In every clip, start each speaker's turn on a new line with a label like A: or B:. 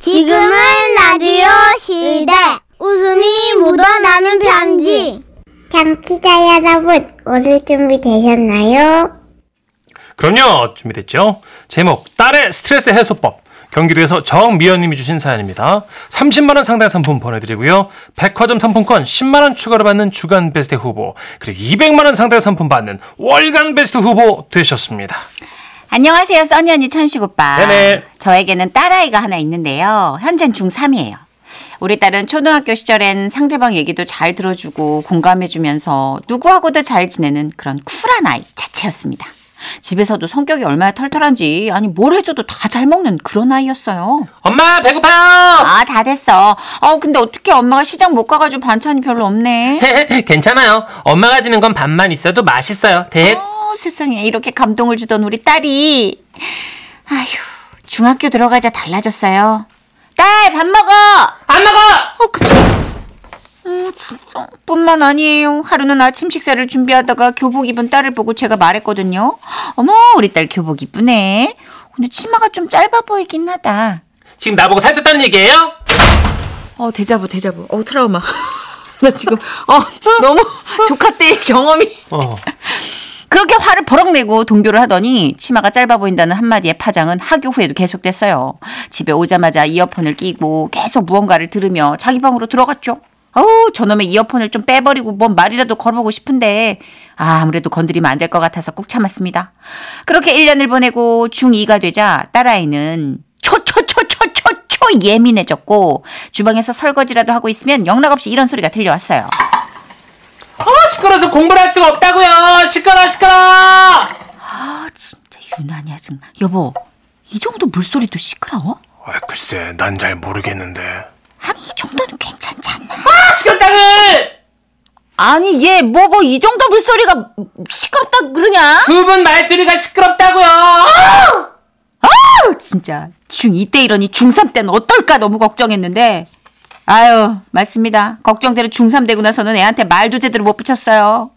A: 지금은 라디오 시대. 웃음이 묻어나는 편지.
B: 참치자 여러분, 오늘 준비 되셨나요?
C: 그럼요 준비됐죠 제목 딸의 스트레스 해소법 경기도에서 정미연님이 주신 사연입니다 30만원 상당의 상품 보내드리고요 백화점 상품권 10만원 추가로 받는 주간 베스트 후보 그리고 200만원 상당의 상품 받는 월간 베스트 후보 되셨습니다
D: 안녕하세요, 써니 언니 천식 오빠.
C: 네네.
D: 저에게는 딸아이가 하나 있는데요. 현재는 중3이에요. 우리 딸은 초등학교 시절엔 상대방 얘기도 잘 들어주고 공감해주면서 누구하고도 잘 지내는 그런 쿨한 아이 자체였습니다. 집에서도 성격이 얼마나 털털한지, 아니, 뭘 해줘도 다 잘 먹는 그런 아이였어요.
C: 엄마 배고파요
D: 아, 다 됐어. 어, 근데 어떻게 엄마가 시장 못 가가지고 반찬이 별로 없네.
C: 괜찮아요 엄마가 지는 건 밥만 있어도 맛있어요 대
D: 어, 세상에 이렇게 감동을 주던 우리 딸이 아휴 중학교 들어가자 달라졌어요. 딸 밥 먹어.
C: 안 먹어
D: 어 깜짝. 음, 진짜. 뿐만 아니에요. 하루는 아침 식사를 준비하다가 교복 입은 딸을 보고 제가 말했거든요. 어머 우리 딸 교복 이쁘네. 근데 치마가 좀 짧아 보이긴 하다.
C: 지금 나보고 살쪘다는 얘기예요?
D: 어 대자부 대자부. 어 트라우마. 나 지금 어 너무 조카 때의 경험이
C: 어.
D: 그렇게 화를 버럭 내고 동교를 하더니 치마가 짧아 보인다는 한마디의 파장은 학교 후에도 계속됐어요. 집에 오자마자 이어폰을 끼고 계속 무언가를 들으며 자기 방으로 들어갔죠. 어우, 저놈의 이어폰을 좀 빼버리고 뭔 말이라도 걸어보고 싶은데, 아, 아무래도 건드리면 안 될 것 같아서 꾹 참았습니다. 그렇게 1년을 보내고 중2가 되자 딸아이는 초초초초초초 예민해졌고, 주방에서 설거지라도 하고 있으면 영락없이 이런 소리가 들려왔어요.
C: 어 시끄러워서 공부를 할 수가 없다고요 시끄러 시끄러
D: 아 진짜 유난이야 정말 여보 이 정도 물소리도 시끄러워?
C: 아, 글쎄 난 잘 모르겠는데
D: 아니 이 정도는 괜찮지 않나?
C: 식당을
D: 아니 얘 뭐 뭐 이 정도 물소리가 시끄럽다 그러냐?
C: 그분 말소리가 시끄럽다고요.
D: 아, 진짜 중2 때 이러니 중3 때는 어떨까 너무 걱정했는데 아유 맞습니다 걱정대로 중3 되고 나서는 애한테 말도 제대로 못 붙였어요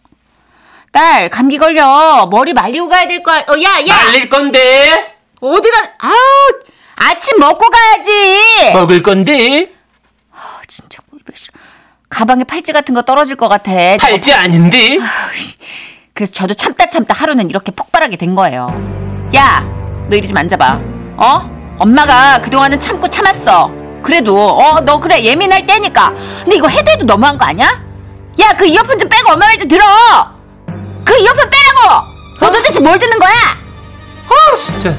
D: 딸 감기 걸려 머리 말리고 가야 될 거야 어, 야 야!
C: 말릴 건데
D: 어디가 아우 아침 먹고 가야지
C: 먹을 건데
D: 아, 진짜 꼴보기 싫어. 가방에 팔찌 같은 거 떨어질 것 같아.
C: 팔찌 아닌데
D: 그래서 저도 참다 참다 하루는 이렇게 폭발하게 된 거예요. 야, 너 이리 좀 앉아봐. 어? 엄마가 그동안은 참고 참았어. 그래도 어, 너 그래 예민할 때니까. 근데 이거 해도 해도 너무한 거 아니야? 야, 그 이어폰 좀 빼고 엄마 말 좀 들어. 그 이어폰 빼라고. 너 도대체 뭘 듣는 거야?
C: 아 진짜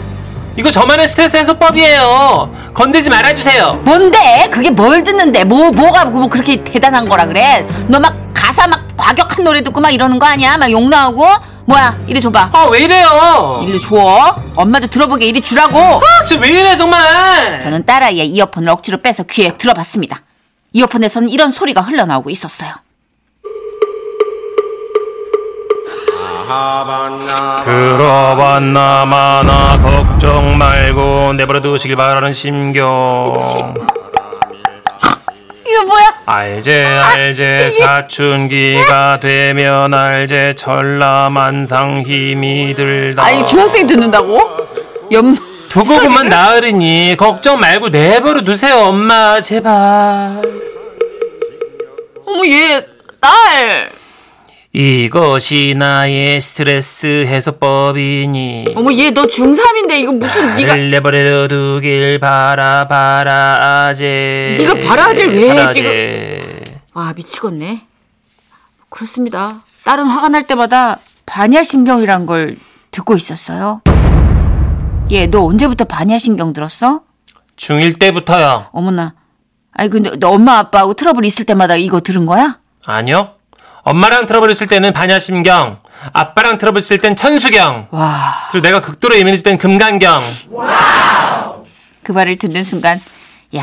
C: 이거 저만의 스트레스 해소법이에요 건들지 말아주세요
D: 뭔데? 그게 뭘 듣는데? 뭐 뭐가 뭐 그렇게 대단한 거라 그래? 너 막 가사 막 과격한 노래 듣고 막 이러는 거 아니야? 막 욕 나오고 뭐야? 이리 줘봐.
C: 아 왜 이래요
D: 이리 줘. 엄마도 들어보게 이리 주라고.
C: 아 진짜 왜 이래 정말
D: 저는 딸아이의 이어폰을 억지로 빼서 귀에 들어봤습니다. 이어폰에서는 이런 소리가 흘러나오고 있었어요.
C: 들어봤나 마나 걱정 말고 내버려 두시길 바라는 심경
D: 이거 뭐야?
C: 알제 알제 사춘기가 되면 알제 전라만상 힘이 들다
D: 아 이거 중학생이 듣는다고? 염.
C: 두고 보면 나으리니 걱정 말고 내버려 두세요 엄마 제발
D: 어머 얘 딸.
C: 이것이 나의 스트레스 해소법이니
D: 어머 얘 너 중3인데 이거 무슨 네가
C: 나를 내버려 두길 바라 바라 아재
D: 네가 바라질 왜
C: 바라제.
D: 와 아, 미치겠네. 그렇습니다. 딸은 화가 날 때마다 반야신경이란 걸 듣고 있었어요. 얘, 너 언제부터 반야신경 들었어?
C: 중1 때부터요
D: 어머나. 아니 근데 너 엄마 아빠하고 트러블 있을 때마다 이거 들은 거야?
C: 아니요 엄마랑 트러블 있을 때는 반야심경 아빠랑 트러블 있을 땐 천수경
D: 와.
C: 그리고 내가 극도로 예민했을 땐 금강경
D: 그 말을 듣는 순간 야,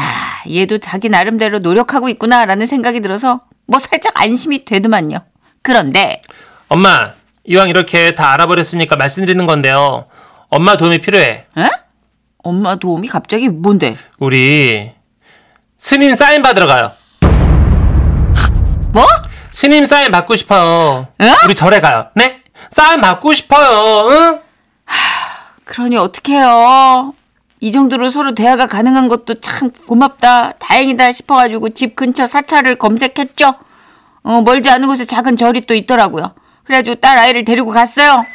D: 얘도 자기 나름대로 노력하고 있구나라는 생각이 들어서 뭐 살짝 안심이 되더만요. 그런데
C: 엄마 이왕 이렇게 다 알아버렸으니까 말씀드리는 건데요 엄마 도움이 필요해
D: 에? 엄마 도움이 갑자기 뭔데?
C: 우리 스님 사인 받으러 가요
D: 뭐?
C: 스님 사인 받고 싶어요
D: 에?
C: 우리 절에 가요 네? 사인 받고 싶어요 응?
D: 그러니 어떡해요. 이 정도로 서로 대화가 가능한 것도 참 고맙다, 다행이다 싶어가지고 집 근처 사찰을 검색했죠. 어, 멀지 않은 곳에 작은 절이 또 있더라고요. 그래가지고 딸 아이를 데리고 갔어요.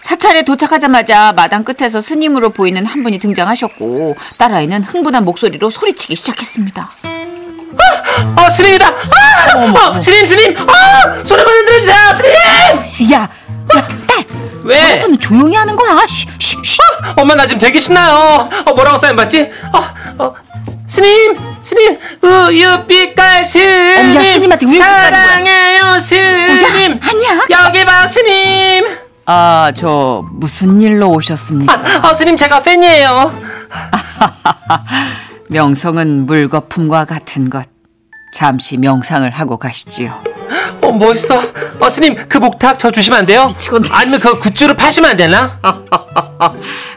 D: 사찰에 도착하자마자 마당 끝에서 스님으로 보이는 한 분이 등장하셨고 딸 아이는 흥분한 목소리로 소리치기 시작했습니다.
C: 어, 스님이다! 아! 어, 스님, 스님! 아! 손 한번 흔들어주세요, 스님!
D: 야, 야, 딸,
C: 왜?
D: 저기서는 조용히 하는 거야. 쉬, 쉬, 쉬.
C: 엄마, 나 지금 되게 신나요. 어, 뭐라고 사인받지? 어, 어, 스님! 스님! 우유빛깔 스님!
D: 야, 스님한테 우유빛깔인 거야.
C: 사랑해요, 스님!
D: 아니야.
C: 여기 봐, 스님!
D: 아, 저 무슨 일로 오셨습니까?
C: 아, 어, 스님, 제가 팬이에요.
D: 명성은 물거품과 같은 것. 잠시 명상을 하고 가시지요.
C: 어, 멋있어. 어, 스님, 그 목탁 저 주시면 안 돼요?
D: 미치겠네. 아.
C: 아니면 그 굿즈로 파시면 안 되나?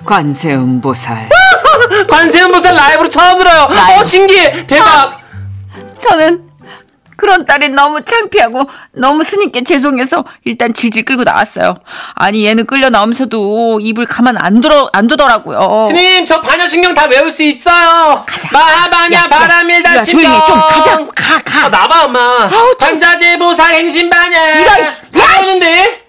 D: 관세음보살.
C: 관세음보살 라이브로 처음 들어요.
D: 라이브. 아.
C: 어, 신기해. 대박.
D: 저는 그런 딸이 너무 창피하고 너무 스님께 죄송해서 일단 질질 끌고 나왔어요. 아니 얘는 끌려 나오면서도 입을 가만 안 들어 안 두더라고요.
C: 스님, 저 반야신경 다 외울 수 있어요.
D: 가자. 야,
C: 마하바냐
D: 야,
C: 바람일다
D: 야,
C: 신경.
D: 조용히 해. 좀 가자. 가 가.
C: 아, 나봐, 엄마.
D: 아우, 좀.
C: 관자재보살 행신반야.
D: 이런 씨.
C: 다 외우는데?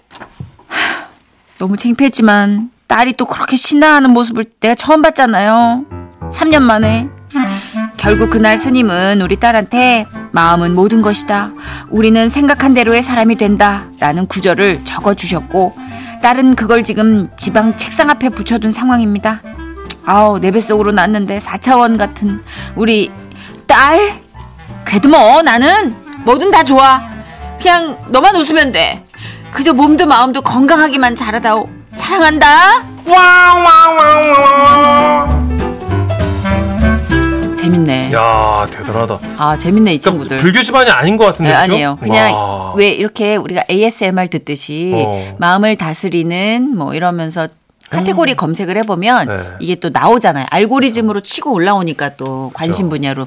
D: 너무 창피했지만 딸이 또 그렇게 신나하는 모습을 내가 처음 봤잖아요. 3년 만에. 결국 그날 스님은 우리 딸한테 마음은 모든 것이다. 우리는 생각한 대로의 사람이 된다. 라는 구절을 적어 주셨고 딸은 그걸 지금 지방 책상 앞에 붙여둔 상황입니다. 아우, 내 뱃속으로 났는데 4차원 같은 우리 딸? 그래도 뭐 나는 뭐든 다 좋아. 그냥 너만 웃으면 돼. 그저 몸도 마음도 건강하기만 잘하다오. 사랑한다. 재밌네.
C: 야, 대단하다.
D: 아 재밌네 이 친구들.
C: 불교 집안이 아닌 것 같은데.
D: 네, 아니에요. 그냥 왜 이렇게 우리가 ASMR 듣듯이
C: 어.
D: 마음을 다스리는 뭐 이러면서 카테고리 검색을 해보면
C: 음. 네. 그렇죠.
D: 이게 또 나오잖아요. 알고리즘으로 치고 올라오니까 또 관심 분야로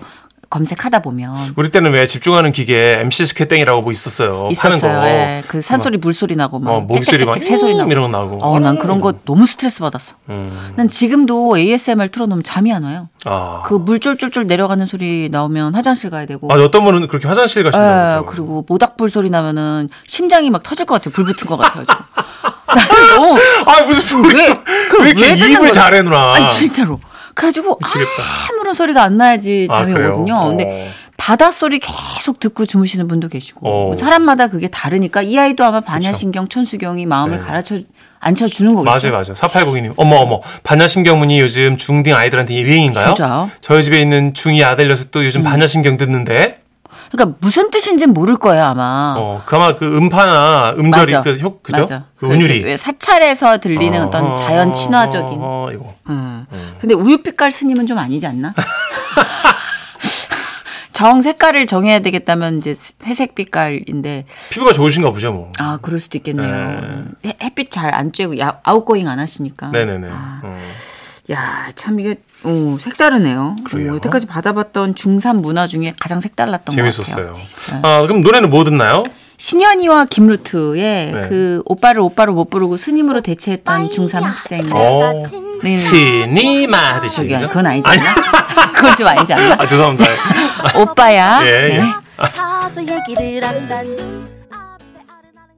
D: 검색하다 보면
C: 우리 때는 왜 집중하는 기계 MC 스케땡이라고 뭐 있었어요.
D: 있었어요.
C: 파는 거.
D: 예. 그 산소리 물소리 나고 막
C: 어, 모기소리 막
D: 짹짹짹짹 새소리
C: 음
D: 나고
C: 이런 거 나오고.
D: 어, 난 그런 거 너무 스트레스 받았어.
C: 음.
D: 난 지금도 ASMR 틀어놓으면 잠이 안 와요.
C: 아.
D: 그 물 쫄쫄쫄 내려가는 소리 나오면 화장실 가야 되고.
C: 아, 어떤 분은 네, 그렇게 화장실 가신다고.
D: 예, 그리고 모닥불 소리 나면은 심장이 막 터질 것 같아요. 불 붙은 것 같아요. 지금. 나 너무
C: 아, 무슨 소리?
D: 왜,
C: 왜,
D: 그걸
C: 이렇게
D: 왜 듣는
C: 입을
D: 거야?
C: 잘해 누나?
D: 아니 진짜로. 그래가지고
C: 미치겠다.
D: 아무런 소리가 안 나야지
C: 아,
D: 잠이
C: 그래요?
D: 오거든요. 근데
C: 어.
D: 바다 소리 계속 듣고 주무시는 분도 계시고
C: 어.
D: 사람마다 그게 다르니까 이 아이도 아마 반야신경, 천수경이 마음을 가르쳐 앉혀 주는
C: 네.
D: 거겠죠.
C: 맞아요, 맞아요. 4892님. 어머, 어머. 반야심경문이 요즘 중딩 아이들한테 유행인가요?
D: 진짜요? 음.
C: 저희 집에 있는 중2 아들 녀석도 요즘 반야심경 듣는데,
D: 그러니까 무슨 뜻인지는 모를 거예요 아마.
C: 어, 그 아마 그 음파나 음절이 그 효, 그죠?
D: 맞아.
C: 그
D: 그
C: 운율이.
D: 왜 사찰에서 들리는 어, 떤 자연 친화적인.
C: 어, 이거.
D: 음. 근데 우유 빛깔 스님은 좀 아니지 않나? 정 색깔을 정해야 되겠다면 이제 회색 빛깔인데
C: 피부가 좋으신가 보죠, 뭐.
D: 아 그럴 수도 있겠네요. 해- 햇빛 잘 안 쬐고 야, 아웃고잉 안 하시니까.
C: 네네네.
D: 아,
C: 어.
D: 야 참 이게 어, 색다르네요.
C: 그래요?
D: 어, 여태까지 받아봤던 중산 문화 중에 가장 색달랐던 것 같아요. 네.
C: 재밌었어요. 아, 그럼 노래는 뭐 듣나요?
D: 신현이와 김루트의
C: 네.
D: 그 오빠를 오빠로 못 부르고 스님으로 대체했던 중3 학생.
C: 어.
D: 네.
C: 시니마 드시죠.
D: 저기요, 그건 아니지 않나? 그건 좀 아니지 않나?
C: 아, 죄송합니다.
D: 오빠야.
C: 예, 예.
D: 네.
E: 사서 얘기를 한단